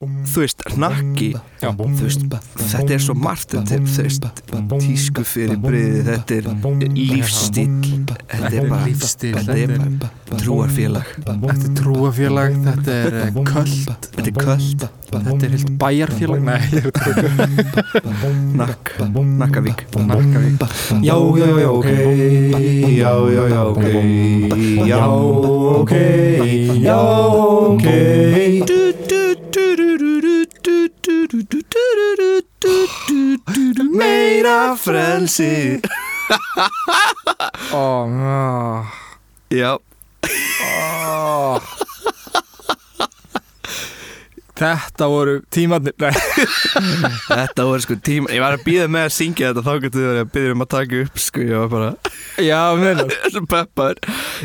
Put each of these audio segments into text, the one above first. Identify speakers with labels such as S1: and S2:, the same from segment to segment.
S1: þú veist, hnakki
S2: Já.
S1: þú veist, þetta er svo margt þetta er, þú veist, tísku fyrir breyði þetta er lífstíl þetta er bara,
S3: Lífstíll,
S1: þetta er bara trúarfélag
S3: Þetta er trúafélag, þetta er eh, köld,
S1: þetta er kvöld,
S3: þetta er heilt bæjarfélag Nei, ég veit ekki
S1: nakk, nakkavík
S3: Narkavík
S1: já, já, já, ok já, já, já, ok já, ok já, ok meira frelsi
S3: Ó, ná.
S1: já,
S3: Ó. Þetta voru tímarnir Nei,
S1: Þetta voru sko tíma Ég var að býða með að syngja þetta Þá getur þið að býða um að taka upp Sko ég var bara
S3: já, meðan
S1: Svo peppar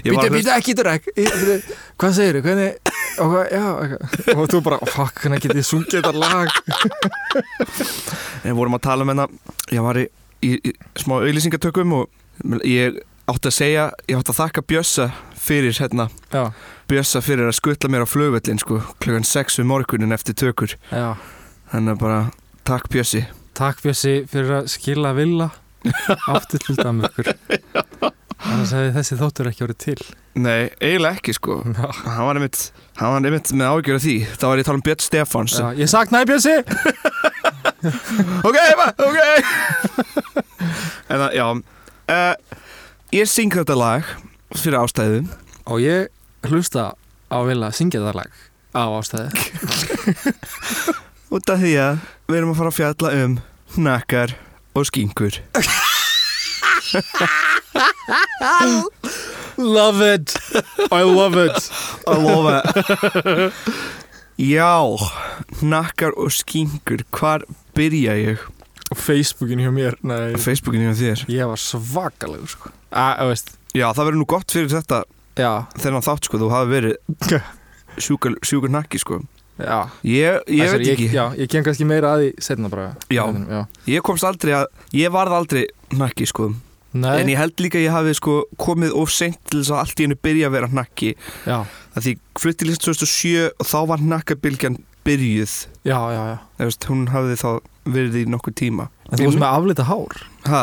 S1: Ég
S3: Býta,
S1: var að
S3: býta, ekki drekk Hvað segirðu, hvernig og, hvað, já, ok. og þú bara, fuck, hvernig getið þið sungið þetta lag
S1: Við vorum að tala um hennar Ég var í, í, í smá auðlýsingatökum Og ég átti að segja Ég átti að þakka Bjössa fyrir hérna
S3: Já,
S1: Bjössa fyrir að skutla mér á flugvöllin sko Klukkan 6 um morgunin eftir tökur
S3: já
S1: Þannig að bara Takk Bjössi
S3: Takk Bjössi fyrir að skila villa aftur til Danmörkur Annars hefði þessi þáttur ekki orðið til
S1: Nei, eiginlega ekki sko
S3: Já,
S1: Hann var einmitt, hann var einmitt með ágjör af því Þá var ég að tala um Björn Stefáns
S3: já, Ég saknaði Bjössi
S1: Ok, ma- ok En það, já uh, Ég syng þetta lag fyrir ástæðum
S3: Og ég hlusta á villa að syngja þetta lag á ástæði
S1: út af því að við erum að fara að fjalla um hnakkar og skinkur
S3: Love it, I love it
S1: að lofa Já, hnakkar og skinkur hvar byrja ég
S3: Og Facebookin hjá mér, nei
S1: á Facebookinu hjá þér
S3: Ég var svakalegur sko Að, þú veist,
S1: Já, það verður nú gott fyrir þetta
S3: já,
S1: þennan þátt sko, þú hafi verið sjúkur, sjúkur hnakki sko
S3: já
S1: Ég,
S3: Æ,
S1: ég
S3: sorry,
S1: veit ekki,
S3: Já, ég kem kannski meira að því setna bara
S1: Já.
S3: já.
S1: ég komst aldrei að ég varð aldrei hnakki sko
S3: Nei,
S1: En ég held líka að ég hafi sko komið of seint til þess að allt í hennu byrja að vera hnakki
S3: já,
S1: að því flutti list 2007 og þá var hnakkabilgjan byrjuð
S3: já, já, já
S1: Þú veist, hún hafði þá verið í nokkur tíma
S3: En þú varst með aflita hár
S1: ha,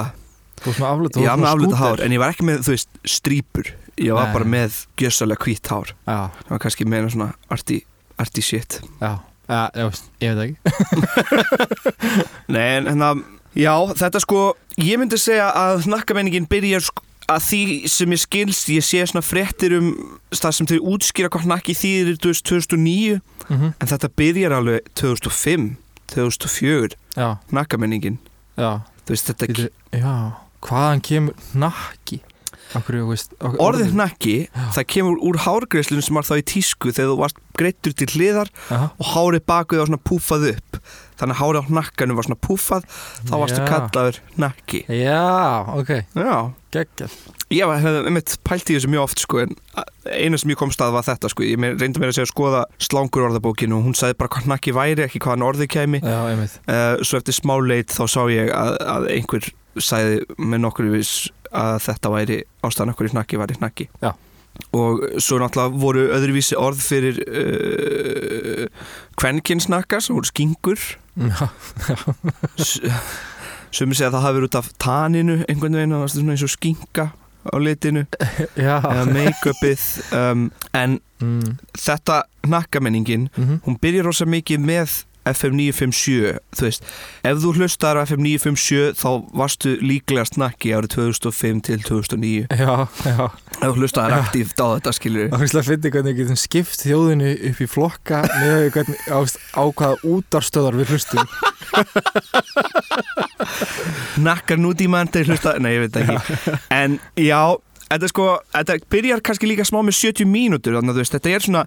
S3: Þú varst með aflita, þú varst
S1: Ég var með afluta hár
S3: skúter.
S1: en ég var ekki með, þú veist, strýpur Ég var
S3: Nei.
S1: bara með gjössalega hvítt hár
S3: Já,
S1: Það var kannski meina svona arty, arty shit
S3: já, já, já, veist, ég veit ekki
S1: Nei, en hérna, já, þetta sko Ég myndi segja að hnakkameiningin byrjar sko að því sem ég skilst, ég sé svona fréttir um það sem þau útskýra hvað hnakki þýðir 2009
S3: mm
S1: En þetta byrjar alveg 2005, 2004,
S3: Já,
S1: nakkamenningin.
S3: já,
S1: Þú veist, þetta
S3: Bíddu, já Hvaðan kemur nakki? Akkur, þú veist ok-
S1: orðið nakki,
S3: Já.
S1: það kemur úr hárgreislunum sem var þá í tísku þegar þú varst greittur til hliðar
S3: Aha.
S1: og hárið bakuð var svona púfað upp. Þannig að hárið á nakkanum var svona púfað, þá varstu
S3: Já.
S1: kallaður nakki.
S3: Já, ok,
S1: Já,
S3: geggjall
S1: ég var, hefði einmitt pælt í þessu mjög oft sko, en eina sem ég kom stað var þetta sko. Ég me- reyndi mér að segja að skoða slangur orðabókinu og hún sagði bara hvað nakki væri, ekki hvaðan orðið kemi.
S3: Já, einmitt
S1: Eh, svo eftir smá leit þá sá ég að, að einhver sæði með nokkur viss að þetta væri ástæðan okkur í hnakki væri hnakki
S3: Já.
S1: og svo náttúrulega voru öðruvísi orð fyrir uh, kvenkinsnakka sem voru skingur
S3: Já,
S1: sem segja að það hafi verið út af taninu einhvern veginn að það var svona eins og skinka á litinu
S3: já
S1: eða make-upið um, en
S3: mm.
S1: þetta hnakkamenningin
S3: Mm
S1: hún byrjar rosa mikið með FM 957, þú veist ef þú hlustar á FM 957 þá varstu líklega snakki árið 2005 til 2009
S3: Já, já
S1: ef þú hlustar aktíft á þetta skilur
S3: Það finnst að finna hvernig við getum skipt þjóðinu upp í flokka með að hvernig ást, á hvaða útarstöðar við hlustum.
S1: nakkar nútímann til hlusta, nei ég veit það ekki en já, þetta er sko þetta byrjar kannski líka smá með 70 mínútur þannig að þú veist, þetta er svona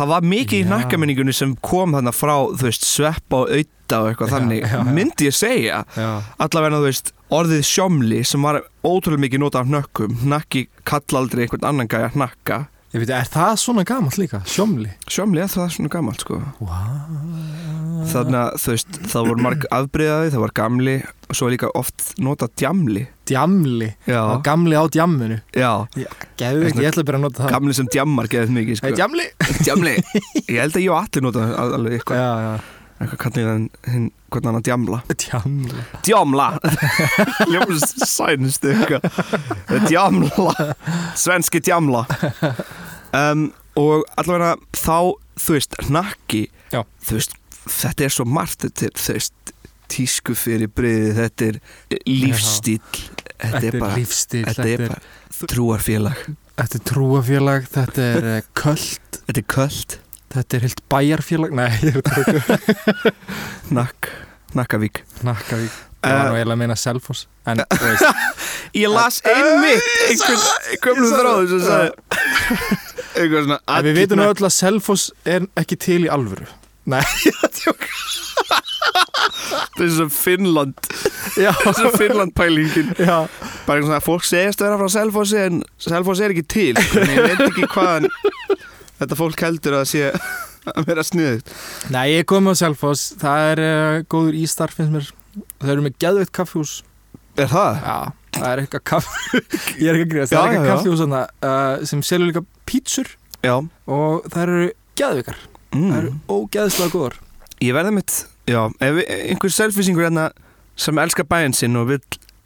S1: það var mikið
S3: Já.
S1: í nakkamenningunni sem kom þannig frá þú veist, svepp og auða og eitthvað
S3: Já,
S1: þannig,
S3: já, já.
S1: myndi ég segja
S3: Já,
S1: allavega þú veist orðið sjómli sem var ótrúlega mikið notað af hnökkum hnakki kalla aldrei einhvern annan gæja hnakka
S3: ég veit, er það svona gamalt líka? Sjómli?
S1: sjómli er það svona gamalt sko
S3: Wow.
S1: þannig að þú veist það voru marg afbreyðaði, það var gamli og svo er líka oft notað djamli
S3: Djamli.
S1: já,
S3: Og gamli á djamminu.
S1: já,
S3: Geðu ekki, ég ætla að byrja að nota það.
S1: gamli sem djammar geðið mikið
S3: Hei,
S1: sko
S3: djamli!
S1: djamli Ég held að ég og allir nota al- alveg eitthvað
S3: já, já,
S1: Eitthvað kallið hann, hinn, hvernig hann að djamla
S3: djamla
S1: Djamla Ljófum sænist eitthvað Djamla Svenski djamla um, Og allavega þá, þú veist, hnakki
S3: Já.
S1: Þú veist, þetta er svo margt Þetta er, þú veist, tísku fyrir breiði Þetta er lífstíl Þetta,
S3: Þetta
S1: er bara,
S3: lífstíl,
S1: þetta er bara trúarfélag
S3: þetta er trúafélag, þetta er eh, köld,
S1: Þetta er köld
S3: þetta er heilt bæjarfélag Nei, ég veit ekki
S1: Nakk, Nakkavík
S3: Nakkavík Ég var nú
S1: uh,
S3: eiginlega að meina Selfoss En þú veist,
S1: Ég las einmitt einhvern gömlu þráðu sem sagði eitthvað svona
S3: en við veitum öll að Selfoss er ekki til í alvöru
S1: Þetta er svo Finnland
S3: Já,
S1: Þetta er Finnland pælingin
S3: já
S1: Bara eitthvað svona fólk segist að vera frá Selfossi en Selfoss er ekki til sko, en Ég veit ekki hvaðan þetta fólk heldur að sé að vera sniðugt
S3: Nei, ég kom á Selfoss, það er uh, góður ístar finnst mér Það eru með geðveitt kaffjús
S1: Er það?
S3: Já, það er eitthvað kaff Ég er ekki að gríðast, það er
S1: Já, já, já.
S3: eitthvað kaffjús þarna, uh, sem selur líka pítsur
S1: Já
S3: og það eru geðvikar, það eru
S1: mm.
S3: ógeðslega góðar
S1: Ég verði mitt Já, ef einhver selfisingur hérna sem elskar bæinn sinn og vill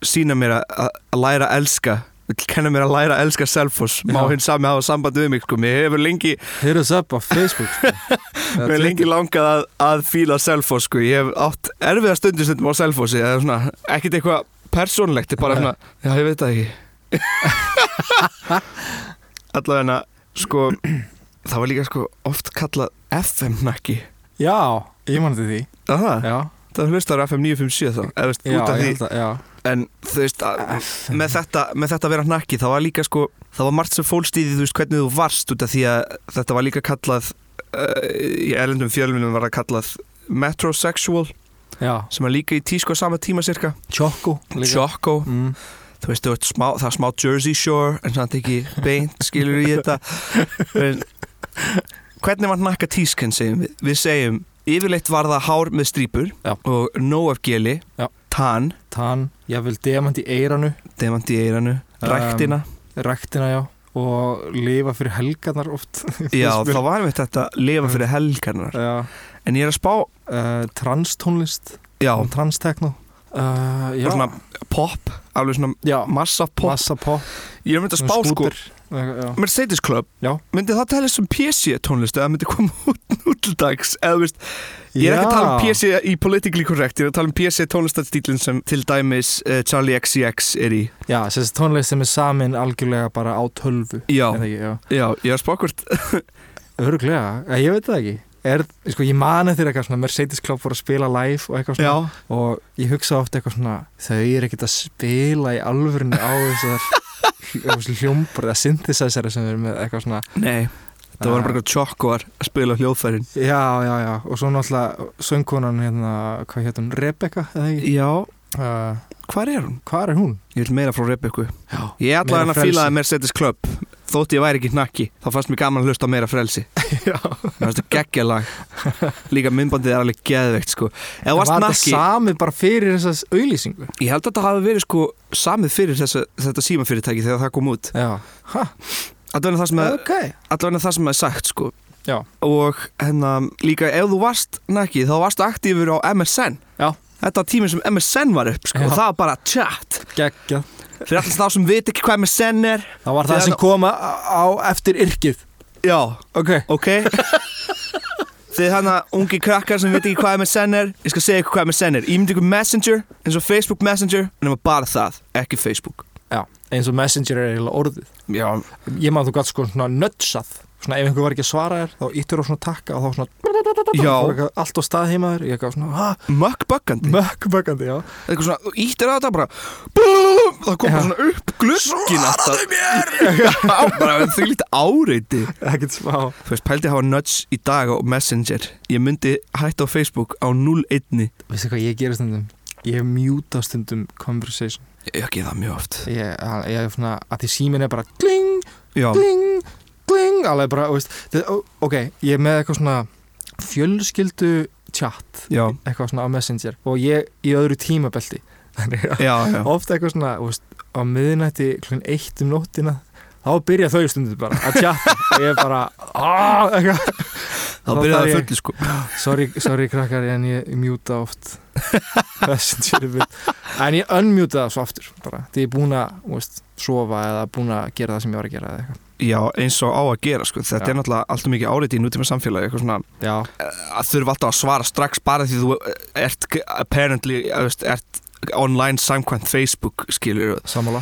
S1: sína mér að- að að læra að elska vill kenna mér að læra að elska Selfoss má
S3: Já.
S1: hinn sami hafa sambandi við mig sko, mér hefur lengi
S3: Hit us up á Facebook sko. Eða
S1: Mér er lengi langað að, að fíla Selfoss sko. Ég hef átt erfiða stundir stundum á Selfossi eða svona, ekkert eitthvað persónlegt, ég bara
S3: Nei.
S1: svona, já ég veit það ekki Allavega sko það var líka sko oft kallað FM-nakki
S3: Twitter. Já, ég mann þetta því
S1: Það það,
S3: Já,
S1: það hlustar á FM 957 þá eða, veist,
S3: já,
S1: út af
S3: ég
S1: því,
S3: held að, já.
S1: en þú veist að, með, þetta, með þetta að vera nakki, það var líka sko það var margt sem fólst í því, þú veist, hvernig þú varst út af því að þetta var líka kallað uh, í erlendum fjölminum var það kallað metrosexual
S3: já
S1: sem er líka í tísku á sama tíma cirka
S3: Choco líka.
S1: Choco,
S3: mm.
S1: þú veist, þú ert smá, það er smá Jersey Shore en samt ekki beint skilur í þetta en, hvernig var nakka tískan segjum við, við segjum, yfirleitt var það hár með strípur
S3: Já.
S1: og nóg af geli
S3: Já.
S1: tann,
S3: Tann, ég vil demant í eiranu
S1: demant í eiranu ræktina,
S3: Ræktina, já Og lifa fyrir helgarnar oft
S1: já,
S3: finnst mér-
S1: þá var við þetta lifa fyrir helgarnar
S3: Já
S1: en ég er að spá,
S3: uh, Transtónlist
S1: já, Eh,
S3: Transtekno uh, Já
S1: bara svona pop alveg svona
S3: Já
S1: massa pop
S3: Massa pop
S1: ég er myndið að spá sko
S3: Já
S1: Mercedes Club
S3: Já.
S1: myndi það tala sem PC tónlist eða myndi koma út nútildags eða þú veist, ég er ekki að tala um
S3: Já.
S1: PC í politically correct, ég er að tala um PC tónlistarstílinn sem til dæmis uh, Charlie XCX er í
S3: Já, þessi tónlist sem er samin algjörlega bara á tölvu
S1: já,
S3: Er það ekki, já
S1: já, ég er spákvort
S3: Öruglega, ég veit það ekki er, sko, Ég mani þér eitthvað svona Mercedes Club voru að spila live og eitthvað svona og ég hugsa oft eitthvað svona þau eru ekkert að spila í alvörinu á þessar hljómbrið að synthesizera sem eru með eitthvað svona
S1: nei, það var bara
S3: Ah.
S1: eitthvað tjokkoar að spila á hljóðfærin
S3: Já, já, já, og svo náttúrulega söngkonan hérna, hvað hétt hún, Rebecca eða ekki?
S1: já,
S3: Uh,
S1: hvar er hún?
S3: hvað er hún?
S1: ég vil meira frá Rebekku
S3: Já,
S1: ég
S3: Meira
S1: ætla hann að
S3: frelsi.
S1: fílaði Mercedes Club þótt ég væri ekki knakki, þá fannst mér gaman að hlusta á meira frelsi
S3: já.
S1: Mér fannst það geggjalag Líka myndbandið er alveg geðveikt sko Ef þú
S3: Var
S1: varst
S3: þetta
S1: nakki
S3: samið bara fyrir þessas auðlýsingu?
S1: Ég held að þetta hafi verið sko samið fyrir þessa, þetta símafyrirtæki þegar það kom út
S3: Já, ha,
S1: Allavega það sem er,
S3: ok
S1: allavega það sem er sagt sko
S3: Já.
S1: Og hérna líka ef þú varst næki þá varst aktífur á MSN
S3: Já.
S1: Þetta var tíminn sem MSN var upp sko
S3: Já.
S1: og það var bara chat
S3: Gekkja
S1: Fyrir alltaf þá sem veit ekki hvað MSN er
S3: Það var það
S1: Þegar-
S3: sem koma á á eftir yrkið
S1: Já,
S3: Ok
S1: ok Þið hana ungi krakkar sem veit ekki hvað MSN er Ég skal segja ykkur hvað MSN er Ímynd ykkur Messenger eins og Facebook Messenger Nefna bara það, ekki Facebook
S3: Já, eins og Messenger er eiginlega orðið
S1: Já,
S3: Ég maður þú gætt sko svona nötsað Svona ef einhver var ekki að svara þér Þá íttur á svona takka og þá svona
S1: Já.
S3: Fór eitthvað Allt á stað heima þér Ég gaf svona ha,
S1: mökkböggandi
S3: Mökkböggandi, já
S1: eitthvað svona, þú ítir að þetta bara BOOM, það kom bara
S3: Já.
S1: svona upp glöskin Svaraðu mér! Já, bara því lítið áreiti
S3: Ekkert smá
S1: Þú veist, pældi að hafa nudge í dag á Messenger Ég myndi hætta á Facebook á 01
S3: Veistu hvað ég gerir stundum? Ég mjúta stundum conversation
S1: Ég ekki það mjög oft
S3: Ég, að- ég er svona Að því síminn er bara Gling,
S1: Já,
S3: gling, gling Alveg bara, þú veist þið- ó, Ok, ég er með eitthvað svona Fjölskyldu chat
S1: já,
S3: eitthvað svona á Messenger og ég í öðru tímabelti þannig að
S1: já, já
S3: ofta eitthvað svona þú veist, á miðnætti klun eitt um nóttina þá byrja þau stundum bara að tjata og ég er bara "Ah", eitthvað.
S1: Þá byrjaði
S3: þarf
S1: það
S3: ég-
S1: fulli sko
S3: sorry, sorry krakkar en ég mjúta oft Messenger við- en ég unmjúta það svo aftur bara, því ég er búin að þú veist, sofa eða búin að gera það sem ég var að gera eða eitthvað.
S1: Já, eins og á að gera sko Þetta
S3: Já.
S1: er náttúrulega alltaf mikið áriði í nútíma samfélagi eitthvað svona eh,
S3: já,
S1: að þurfa alltaf að svara strax bara því þú eh, ert k- apparently eh, veist, ert online samkvæmt Facebook skilur
S3: sammála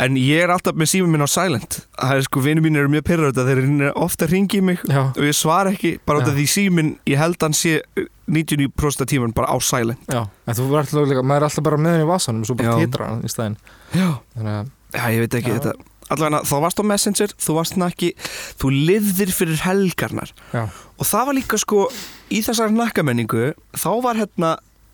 S1: en ég er alltaf með símum minn á silent það er sko vinnu mín eru mjög pyrrað þeir eru ofta að ringi mig
S3: já,
S1: og ég svara ekki bara út af
S3: Já.
S1: því síminn ég held hann sé eh, 99% af tíman bara á silent
S3: já, en þú verður alltaf líka maður er alltaf bara með henni í vasanum og svo bara
S1: Já.
S3: titra hann í stæðin
S1: Já,
S3: þannig að,
S1: ég veit ekki
S3: Já.
S1: þetta allavega þá varst á Messenger, þú varst nakki þú liðir fyrir helgarnar
S3: já,
S1: og það var líka sko í þessari nakkamenningu þá var hérna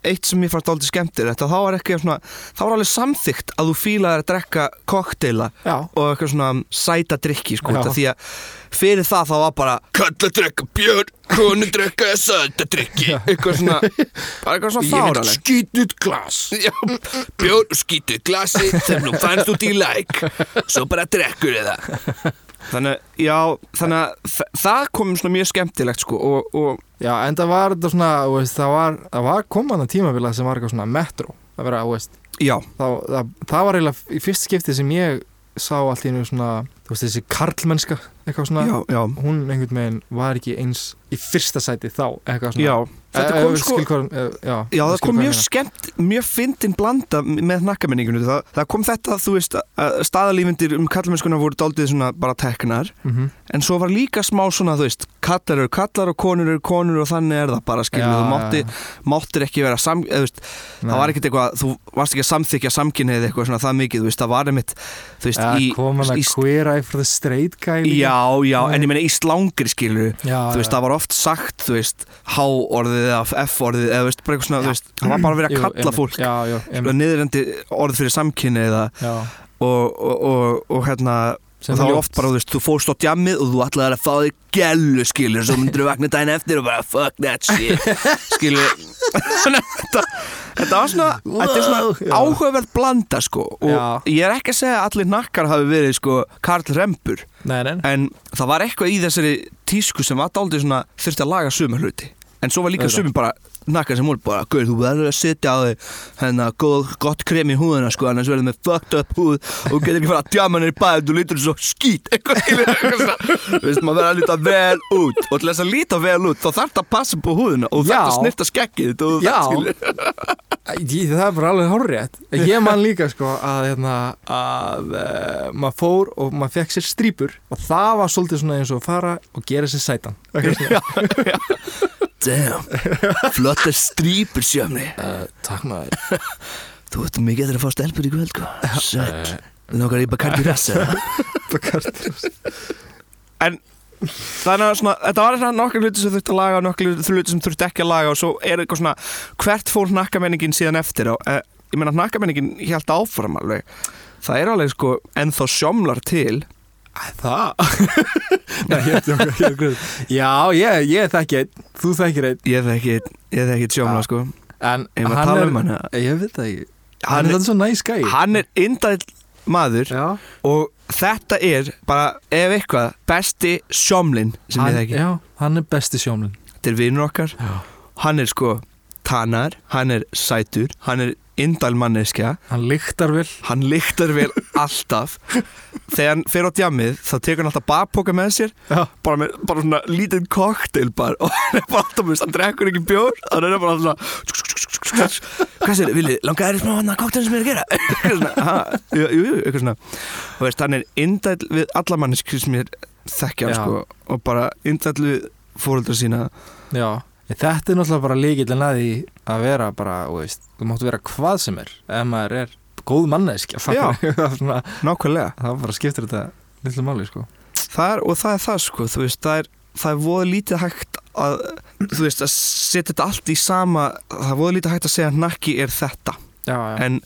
S1: eitt sem ég fannst aldrei skemmtir þetta þá var ekki svona þá var alveg samþygt að þú fílaðir að drekka kokteila
S3: já,
S1: og eitthvað svona sæta drikki sko
S3: Já.
S1: þetta, því að fyrir það þá var bara kalla drekka björn, konu drekka sæta drikki eitthvað svona bara eitthvað svona fáraleg
S3: skítið glas
S1: Já, bjór skýtu glasi þegar nú fannst út í læk svo bara drekkur eða þannig, já, þannig að þa- það kom svona mjög skemmtilegt sko og, og
S3: já, en það var þetta svona, þú veist, það var það var komaðan tímabilið sem var eitthvað svona metro, það verða, þú veist
S1: já,
S3: þá, það, það var eiginlega í fyrst skipti sem ég sá allt í einu svona þú veist þessi karlmennska eitthvað svona
S1: já, já,
S3: hún einhvern veginn var ekki eins í fyrsta sæti þá eitthvað svona
S1: já þetta kom sko
S3: skilkor, já,
S1: Já,
S3: ég
S1: það
S3: skil hvað
S1: kom mjög
S3: ég meina.
S1: skemmt, mjög fyndin blanda með nakkamenningunni, það, það kom þetta að þú veist að staðalífindir um kallmennskuna voru daldið svona bara teknar
S3: Mhm.
S1: en svo var líka smá svona þú veist kallar eru kallar og konur eru konur og þannig er það bara skilur,
S3: Já,
S1: þú mátti,
S3: já,
S1: máttir ekki vera sam, eða, þú veist,
S3: nei.
S1: það var ekkert eitthvað, þú varst ekki að samþykja samkynnið eitthvað svona það mikið, þú veist, það var einmitt þú veist,
S3: ja,
S1: í,
S3: kom hann að
S1: í,
S3: queer eye for the straight guy líka.
S1: já, já, en ég meina í slangri skilur,
S3: já,
S1: þú veist,
S3: já.
S1: það var oft sagt þú veist, H-orðið eða F-orðið eða, þú veist, bara eitthvað svona,
S3: Já.
S1: þú veist, það var bara verið
S3: Jú,
S1: að kalla
S3: einmitt.
S1: fólk
S3: já, já,
S1: og
S3: einmitt,
S1: niðurendi orð fyrir samkynnið eða,
S3: já,
S1: og, og, og, og hérna
S3: Sem
S1: og
S3: er
S1: það var
S3: ljótt.
S1: oft bara, þú veist, þú fórst á djammið og þú ætlaðir að fá þig gælu, skilur svo myndir þú vakna daginn eftir og bara fuck that shit, skilur þetta, þetta var svona þetta
S3: já.
S1: er svona áhugaverð blanda, sko og
S3: Já.
S1: ég er ekki að segja að allir nakkar hafi verið, sko, Karl Rembur
S3: nei, nei,
S1: en það var eitthvað í þessari tísku sem var dálítið svona, þurfti að laga suma hluti en svo var líka
S3: Auðvitað.
S1: sumi bara nakkar sem voru bara, gauð, þú verður að setja á þig hérna, góð, gott krem í húðina sko, annars verður með fucked up húð og þú getur ekki fara að djama henni í bæð þú lítur svo skít, eitthvað skilur eitthvað svona. Þú veist, maður verður að líta vel út og til þess að líta vel út, þá þarf það að passa upp á húðina og þarf það að
S3: Já.
S1: snirta skekkið þitt og þú
S3: Já.
S1: þarft, skilur.
S3: Ég, það er bara alveg horrið Ég man líka sko að, hérna, að uh, maður fór og maður fekk sér strípur og það var svolítið svona eins og að fara og gera sér sætan uh,
S1: damn, flottar strípur sjöfni
S3: Eh, Takk maður
S1: Þú ert mikið eftir að fá stelpur í kvöld, sko. hvað? Sæll, nokkar í Bacardi Rassa En þannig að svona, þetta var svona nokkur hluti sem þurfti að laga og nokkur hluti sem þurfti ekki að laga og svo er eitthvað svona, hvert fór nakkamenningin síðan eftir og eh, ég meina nakkamenningin hjælt áfram alveg Það er alveg sko ennþá sjómlar til
S3: Það Nei, ég, ég, ég, ég, ég, Já, ég, ég þekki einn Þú þekkir einn
S1: Ég þekki, ég þekki sjómla
S3: Ah,
S1: sko
S3: En
S1: Ég maður tala um
S3: er,
S1: hana
S3: Ég veit það ekki Hann
S1: Hann,
S3: er þannig svo næs gæi
S1: er- hann er indæll maður
S3: Já,
S1: og þetta er bara ef eitthvað besti sjómlin sem
S3: hann,
S1: ég þekki
S3: já, hann er besti sjómlin
S1: Þetta er vinnur okkar
S3: Já.
S1: Hann er sko tanar, hann er sætur Hann er indalmanneskja
S3: Hann lyktar vel
S1: Hann lyktar vel alltaf Þegar hann fer á djamið þá tekur hann alltaf bakpoka með sér
S3: Já.
S1: bara, með, bara svona lítið koktel bara og hann er bara alltaf með hann drekkur ekki bjór hann er bara alltaf svona Hvað sér, Vili, langaði þér í smá hann að koktelin sem ég er að gera Eitthvað svona, ha, jú, jú, jú, eitthvað svona og veist, hann er indæll við alla manneski sem ég þekkja hann
S3: Já.
S1: sko og bara indæll við fóreldra sína
S3: Já, en þetta er náttúrulega bara líkillin að því að vera bara, þú veist, þú máttu vera hvað sem er ef maður er góð manneskja
S1: Já.
S3: fattar þú? Svona,
S1: Nákvæmlega
S3: það bara skiptir þetta litlu máli, sko
S1: það er, og það er það sko þú veist, það er, það er voða lítið hægt að, þú veist, að setja þetta allt í sama, það er voða lítið hægt að segja að nakki er þetta,
S3: Já, já,
S1: en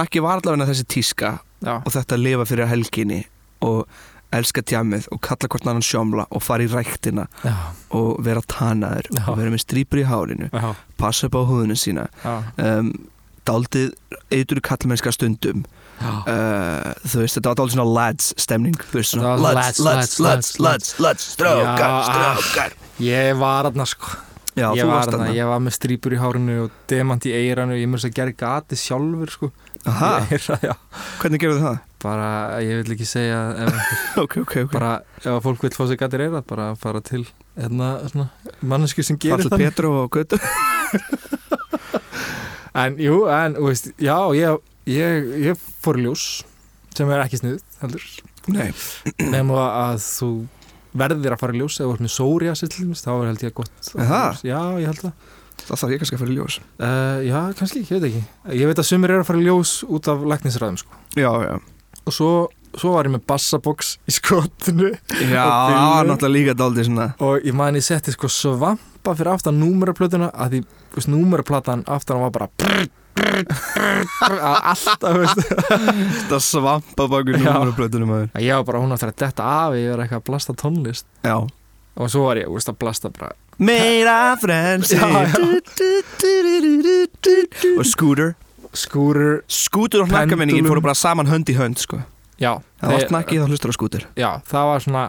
S1: nakki var allavega þessi tíska
S3: já,
S1: og þetta að lifa fyrir helginni og elska tjamið og kalla hvort annan sjómla og fara í ræktina
S3: já,
S1: og vera tanaður
S3: Já.
S1: og vera með strýpur í hárinu
S3: já,
S1: passa upp á húðinu sína
S3: já.
S1: um, daldið eitur kallmennska stundum
S2: Já.
S1: uh, þú veist, þetta var daldið svona lads stemning þú veist, svona
S3: Það var
S1: lads,
S3: lads,
S1: lads,
S3: lads,
S1: lads,
S3: lads,
S1: lads, lads, strákar,
S3: Já,
S1: strákar
S3: Ég var aðna sko
S1: Já,
S3: ég
S1: þú
S3: var,
S1: varst
S3: þarna,
S1: þarna
S3: ég var með strýpur í hárinu og demant í eiranu ég mjög að gera gati sjálfur sko.
S1: Aha,
S3: Í eyrað, já.
S1: hvernig gerðu það?
S3: bara, ég vil ekki segja ef,
S1: ok, ok, ok
S3: bara, ef fólk vil fá sér gati eirað bara fara til hérna, svona, mannesku sem gerir
S1: Fallið
S3: það
S1: Petru og Götu
S3: en jú, en, þú veist, já, ég, ég, ég fór í ljós sem er ekki sniðut, heldur
S1: Nei,
S3: nema að þú verðir að fara í ljós eða vart með sóri að sér til dæmis, þá er held ég gott að
S1: Er það?
S3: fara í ljós. Já, ég held það
S1: það þarf ég kannski að fara í ljós
S3: uh, Já, kannski, ég veit ekki Ég veit að sumir eru að fara í ljós út af læknisræðum sko.
S1: Já, já
S3: og svo, svo var ég með bassaboks í skotinu
S1: Já,
S3: Og
S1: það var
S3: bílnum.
S1: náttúrulega líka daldið svona
S3: og ég man ég setti sko svampa fyrir aftan númeraplötuna að því, þú veist, númeraplatan aftan var bara brr, brr, brr, brr, að alltaf, þú veist
S1: Þetta svampa bakur
S3: Já.
S1: númuraplötunum aður
S3: að ég var bara hún aftur að detta af ég var eitthvað að blasta tónlist
S1: Já
S3: og svo var ég, þú veist, að blasta bara
S1: Meira frelsi
S3: Já, já.
S1: Du, du, du, du, du, du, du, du. Og skútur
S3: skúrur,
S1: Skútur og hnakkamenningin
S3: Pendulum.
S1: fóru bara saman hönd í hönd sko.
S3: já
S1: Það var
S3: þeir-
S1: hnakki þá hlustur á skútur
S3: já, það var svona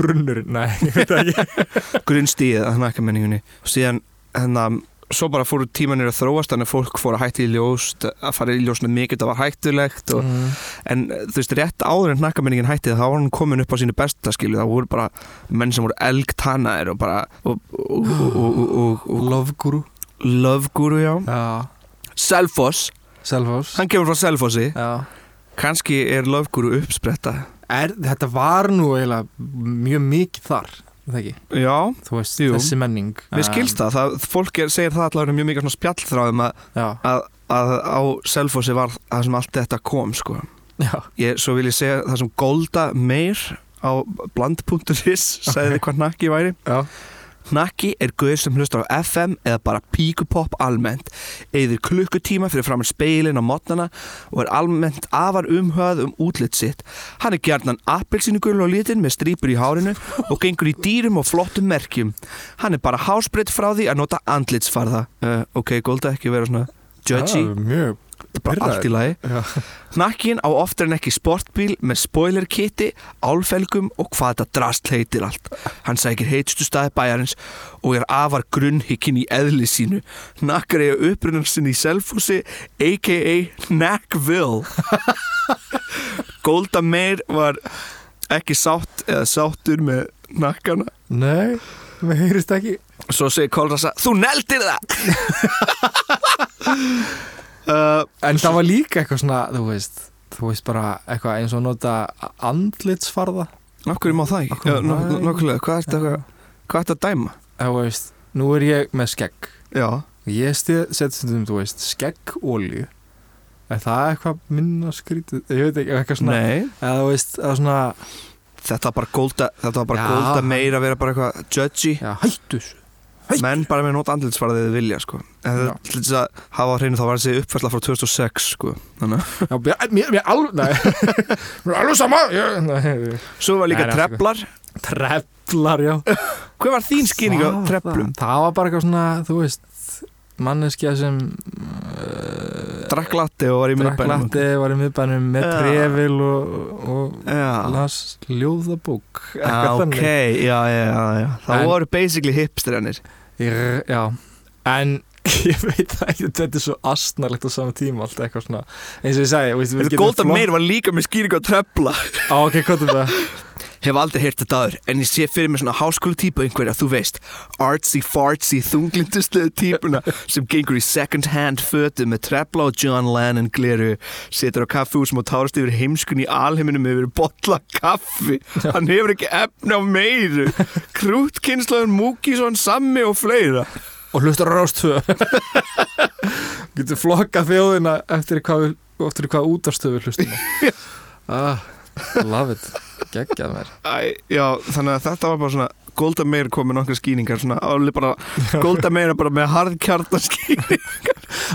S3: grunnurinn, nei, ég veit það ekki
S1: Grunnstíð að hnakkamenningunni Og síðan hennan Svo bara fóru tímanir að þróast Þannig að fólk fóru að hætti í ljós Að fara í ljós með mikið Það var hættulegt og,
S3: Mm.
S1: En eh, þú veist, rétt áður en hnakkamenningin hætti Þá var hann komin upp á sínu besta skilu Það voru bara menn sem voru elgtanaðir Og bara og, og, og, og, og, og,
S3: Love Guru
S1: og Love guru, já
S3: já,
S1: Selfoss,
S3: Selfos
S1: hann kemur frá Selfossi
S3: já
S1: Kanski er Love guru uppspretta
S3: er, þetta var nú eiginlega mjög mikið þar, er það ekki
S1: Já,
S3: þú veist,
S1: Jú.
S3: þessi menning
S1: mér skilst það, það Fólk er, segir það allavega mjög mikið svona spjallþráðum að,
S3: já,
S1: að, að á Selfossi var það sem allt þetta kom sko.
S3: já,
S1: ég, Svo vil ég segja það sem Golda Meir á bland.is sagði okay. hvað nakki væri
S3: já.
S1: Nakki er guður sem hlustar á FM eða bara píkupopp almennt, eyðir klukkutíma fyrir framar speilin á mótnana og er almennt afar umhöð um útlitt sitt. Hann er gjarnan appelsinu gul og litin með strýpur í hárinu og gengur í dýrum og flottum merkjum. Hann er bara hásbreytt frá því að nota andlitsfarða. Uh, ok, Golda, ekki vera svona judgy,
S3: Já, mjög
S1: þetta er bara
S3: pirraður.
S1: allt í lagi.
S3: Já.
S1: Nakkin á oftar en ekki sportbíl með spoiler kiti, álfelgum og hvað þetta drast heitir allt. Hann sækir heitstu staði bæjarins og er afar grunnhikkin í eðli sínu. Nakkar eiga upprunnar sinni í Selfossi, a.k.a. Nackville. Golda Meir var ekki sátt eða sáttur með nakkana.
S3: Nei, mér heyrist ekki
S1: Svo segir Kolrasa, þú neldir það! uh,
S3: En það var líka eitthvað svona, þú veist Þú veist bara eitthvað eins og nota andlitsfarða
S1: Akkur má það
S3: Af
S1: ekki?
S3: hverju
S1: Já,
S3: má það ekki?
S1: Nákvæmlega, hvað ertu að- hvað ertu að dæma?
S3: Þú veist, nú er ég með skegg
S1: Já,
S3: Ég stið, set stundum, þú veist, skeggolju Er það eitthvað minna skrítið? Ég veit ekki, eitthvað svona
S1: nei
S3: Eða þú veist, eða svona
S1: Þetta var bara golda, þetta var bara
S3: Já.
S1: golda meira að vera bara eitthvað judgy
S3: Já, hættu þessu Hey.
S1: Menn bara með nót andlitsvarðið þið vilja sko En
S3: Já.
S1: þetta til þess að hafa á hreinu þá var þessi uppfærsla frá 2006 sko Þannig. að-
S3: Já, mér, mér, mér alveg, nei Mér er alveg sama ég, nei.
S1: Svo var
S3: Nei,
S1: líka
S3: nei, afsakið.
S1: treflar
S3: Treflar, já
S1: Hver var þín skýring á
S3: Það-
S1: treflum?
S3: það, það var bara eitthvað svona, þú veist manneskja sem uh,
S1: Drakk latti og var í miðbænum
S3: draklatti var í miðbænum með
S1: Já.
S3: trefil og, og
S1: Já,
S3: las ljóðabók
S1: ah,
S3: eitthvað
S1: ok, já, já, já, já Það
S3: En-
S1: voru basically hipsterjanir
S3: Ég- já, en ég veit það ekki, þetta er svo astnarlegt á sama tíma allt eitthvað svona eins og ég segi, veist, við getum
S1: Golda
S3: flott-
S1: meir var líka með skýring á trefla
S3: á, ok, hvað er það?
S1: Hef aldrei heyrt þetta aður, en ég sé fyrir mér svona háskóla típu einhverja, þú veist, artsy-fartsy, þunglinduslega típuna sem gengur í second-hand fötu með trefla og John Lennon gleru, setur á kaffihúsum og tárast yfir heimskun í alheiminum yfir botla kaffi. Hann hefur ekki efna á meiru. Krútkinnslaðun Múkísson, Sammi og fleira.
S3: og hlustar á rástöðu getur flokkað þjóðina eftir hvað, við- eftir hvað útastöðu hlustum ah, love it, geggjað mér
S1: Æ, já, þannig að þetta var bara svona Golda Meir kom með nokkra skýningar svona, alveg bara, Golda Meir er bara með harðkjartaskýning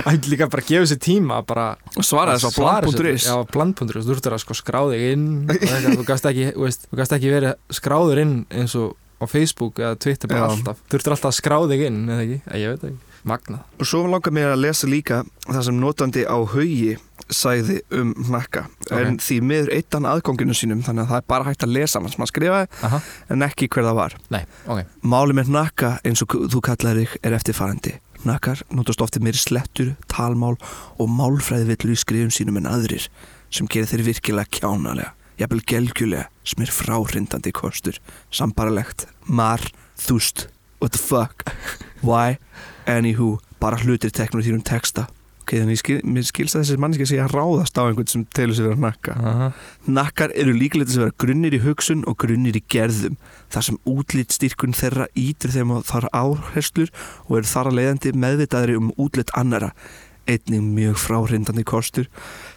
S3: Æ, líka bara gefa sér tíma að bara
S1: Svaraði þess á
S3: svara sér-
S1: bland.is
S3: Já, bland.is, þú ertur að sko skrá þig inn og eitthvað, þú gast ekki, þú veist, þú gast ekki verið skráður inn eins og á Facebook eða Twitter bara
S1: Já.
S3: alltaf þurftur alltaf að skrá þig inn eða ekki, ég, ég veit það ekki magnað,
S1: Og svo langar mér að lesa líka það sem notandi á haugi sagði um hnakka
S3: Ok.
S1: en því miður eittan aðgónginu sínum þannig að það er bara hægt að lesa hann sem að skrifaði
S3: aha,
S1: en ekki hver það var
S3: nei, ok
S1: Máli með hnakka eins og þú kallar þig er eftirfarandi Hnakkar notast ofti meiri slettur, talmál og málfræði villu í skrifum sínum en aðrir sem gerir þeir virkilega kjánalega jafnvel gelgjulega sem er fráhrindandi kostur sambarlegt mar, þúst, what the fuck why, anywho bara hlutir teknur í þínum texta ok, þannig skil, mér skilst að þessi manneski sé að ráðast á einhvern sem telur sér vera hnakka
S3: aha,
S1: Nakkar eru líklega til að vera grunnir í hugsun og grunnir í gerðum þar sem útlitstyrkun þeirra ítur þeim á þar áherslur og eru þar að leiðandi meðvitaðri um útlit annara einnig mjög fráhrindandi kostur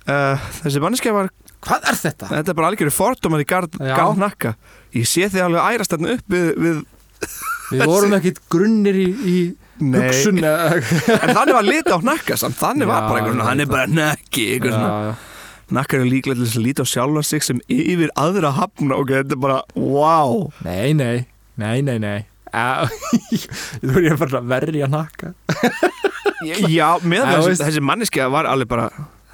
S1: uh, Þessi manneskja var
S3: hvað er þetta?
S1: þetta er bara algjöru fordómar í garð,
S3: Já.
S1: garð nakka Ég sé þið alveg ærast þarna upp við, við
S3: við vorum ekkit grunnir í, í hugsun eða
S1: En þannig var liti á nakka samt Þannig var
S3: Já,
S1: bara einhvern
S3: ég
S1: hann er
S3: veit
S1: bara nakki
S3: Já,
S1: einhver svona
S3: já.
S1: Nakkar eru líklega til þess að líti á sjálfa sig sem yfir aðra hafna og þetta er bara, wow
S3: nei, nei, nei, nei, nei Á, þú er ég að fara að verja að nakka
S1: Já, með
S3: Já,
S1: það
S3: veist.
S1: þessi, þessi manneskja var alveg bara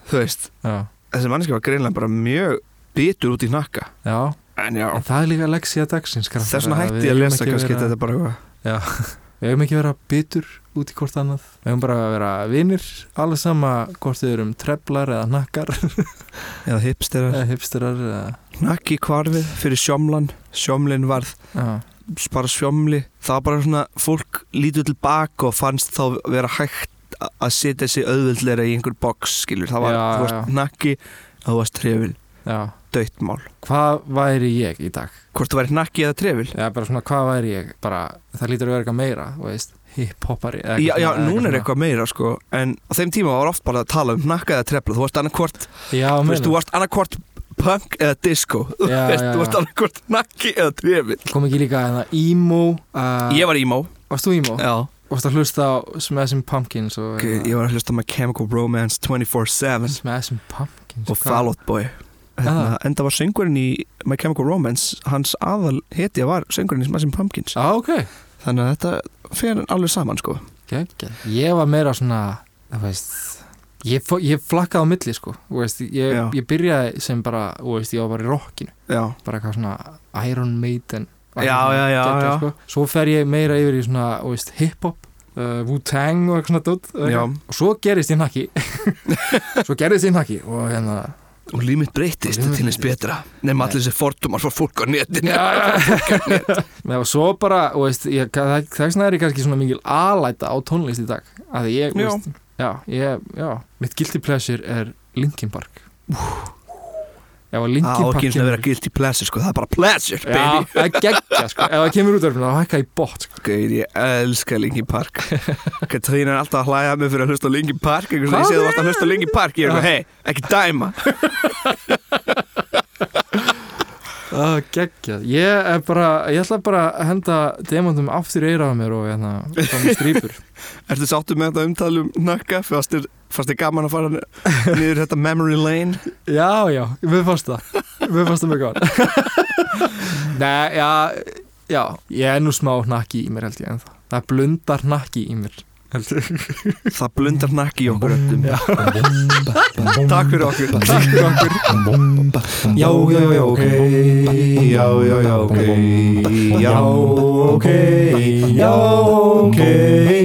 S1: Þú veist,
S3: já,
S1: þessi manneskja var greinlega bara mjög bitur út í hnakka
S3: já,
S1: En já,
S3: en það er líka leksía dagsins krakkar,
S1: þess vegna
S3: að við
S1: hætti ég að
S3: eigum
S1: lesa
S3: ekki
S1: kannski
S3: vera-
S1: þetta er bara eitthvað
S3: Við hefum ekki að vera bitur út í hvort annað Við hefum bara að vera vinnir Alveg sama hvort þau erum treflar eða nakkar
S1: Eða hipsterar
S3: Eða hipsterar eða
S1: Hnakki hvarfið fyrir sjómlan Sjómlin varð
S3: Já,
S1: bara sjómli Það var bara svona, fólk lítið tilbaka og fannst þá vera hægt a- að setja sig auðvöldleira í einhver box skilur, það var,
S3: Já,
S1: þú varst hnakki og þú varst trefil,
S3: já
S1: döitt mál
S3: Hvað væri ég í dag?
S1: Hvort þú væri hnakki eða trefil
S3: Eða bara svona hvað væri ég? Bara það lítur að vera eitthvað meira þú veist, Hip-hopari eða
S1: Já,
S3: eitthvað
S1: já,
S3: svona- eða
S1: núna er
S3: svona.
S1: eitthvað meira sko En á þeim tíma var oft bara að tala um hnakka eða trefla Þú varst annarkvort,
S3: Já,
S1: þú veist,
S3: meina.
S1: þú varst annarkvort punk eða disco Þú
S3: Já,
S1: veist,
S3: já,
S1: þú varst
S3: já.
S1: annarkvort hnakki eða trefill
S3: Kom ekki líka að það emo uh,
S1: Ég var emo
S3: Varst þú emo?
S1: Já,
S3: Varst að hlusta á Smashing Pumpkins og,
S1: ok, ég var að hlusta á My Chemical Romance 24-7
S3: Smashing Pumpkins
S1: Og Fall Out Boy
S3: Ah.
S1: Hérna, Enda var söngurinn í My Chemical Romance Hans aðal hetja var söngurinn í Smashing Pumpkins
S3: Já, Ah, ok
S1: Þannig að þetta fer alveg saman sko
S3: Gengja. Ég var meira svona, þú veist, ég, fó- ég flakkaði á milli, sko, þú veist, ég,
S1: Já.
S3: ég byrjaði sem bara, þú veist, ég var bara í rockinu,
S1: Já,
S3: bara eitthvað svona Iron Maiden.
S1: Já, já, já,
S3: geggjað,
S1: já.
S3: Sko. Svo fer ég meira yfir í svona, þú veist, hip-hop, uh, Wu-Tang og eitthvað svona dótt.
S1: já
S3: Og svo gerist ég nakki, svo gerist ég nakki og hérna,
S1: Og límit breytist
S3: Og líf mitt
S1: til þess
S3: breytist.
S1: betra Nefn allir þessi fordumar frá fólk á netinu
S3: Nei, og svo bara, þú veist, ég, það, þess vegna er ég kannski svona mingil alæta á tónlist í dag að ég, þú
S1: Já.
S3: veist, já, ég, já mitt guilty pleasure er Linkin Park ef að Linkin
S1: Það á
S3: Park
S1: ekki Ah, eins og að vera guilty pleasure sko, það er bara pleasure
S3: já,
S1: baby
S3: það er geggja, sko, ef það kemur út af það hækka í bótt, sko,
S1: Gauð, ég elska Linkin Park Katrína er alltaf að hlæja að mig fyrir að hlusta á Linkin Park Einhvers veginn
S3: Hvað
S1: ég sé þú varst að hlusta á Linkin Park Ég er eitthvað, hei, ekki dæma
S3: það er geggja ég er bara, ég ætla bara að henda demandum aftur í eiraða mér og hérna, það með strýpur
S1: Ertu sáttu með þetta umtalum nakka Fannst þér- fannst þér gaman að fara ni- niður þetta memory lane
S3: Já, já, við fannst það Við fannst það mjög góðan Nei, já, já Ég er nú smá hnakki í mér held ég ennþá Það blundar hnakki í mér held ég
S1: Það blundar nakki í okkur öllum
S3: Já.
S1: Takk fyrir okkur
S3: Takk fyrir okkur
S1: Já, já, já, ok Já, já, já, ok Já, ok Já, ok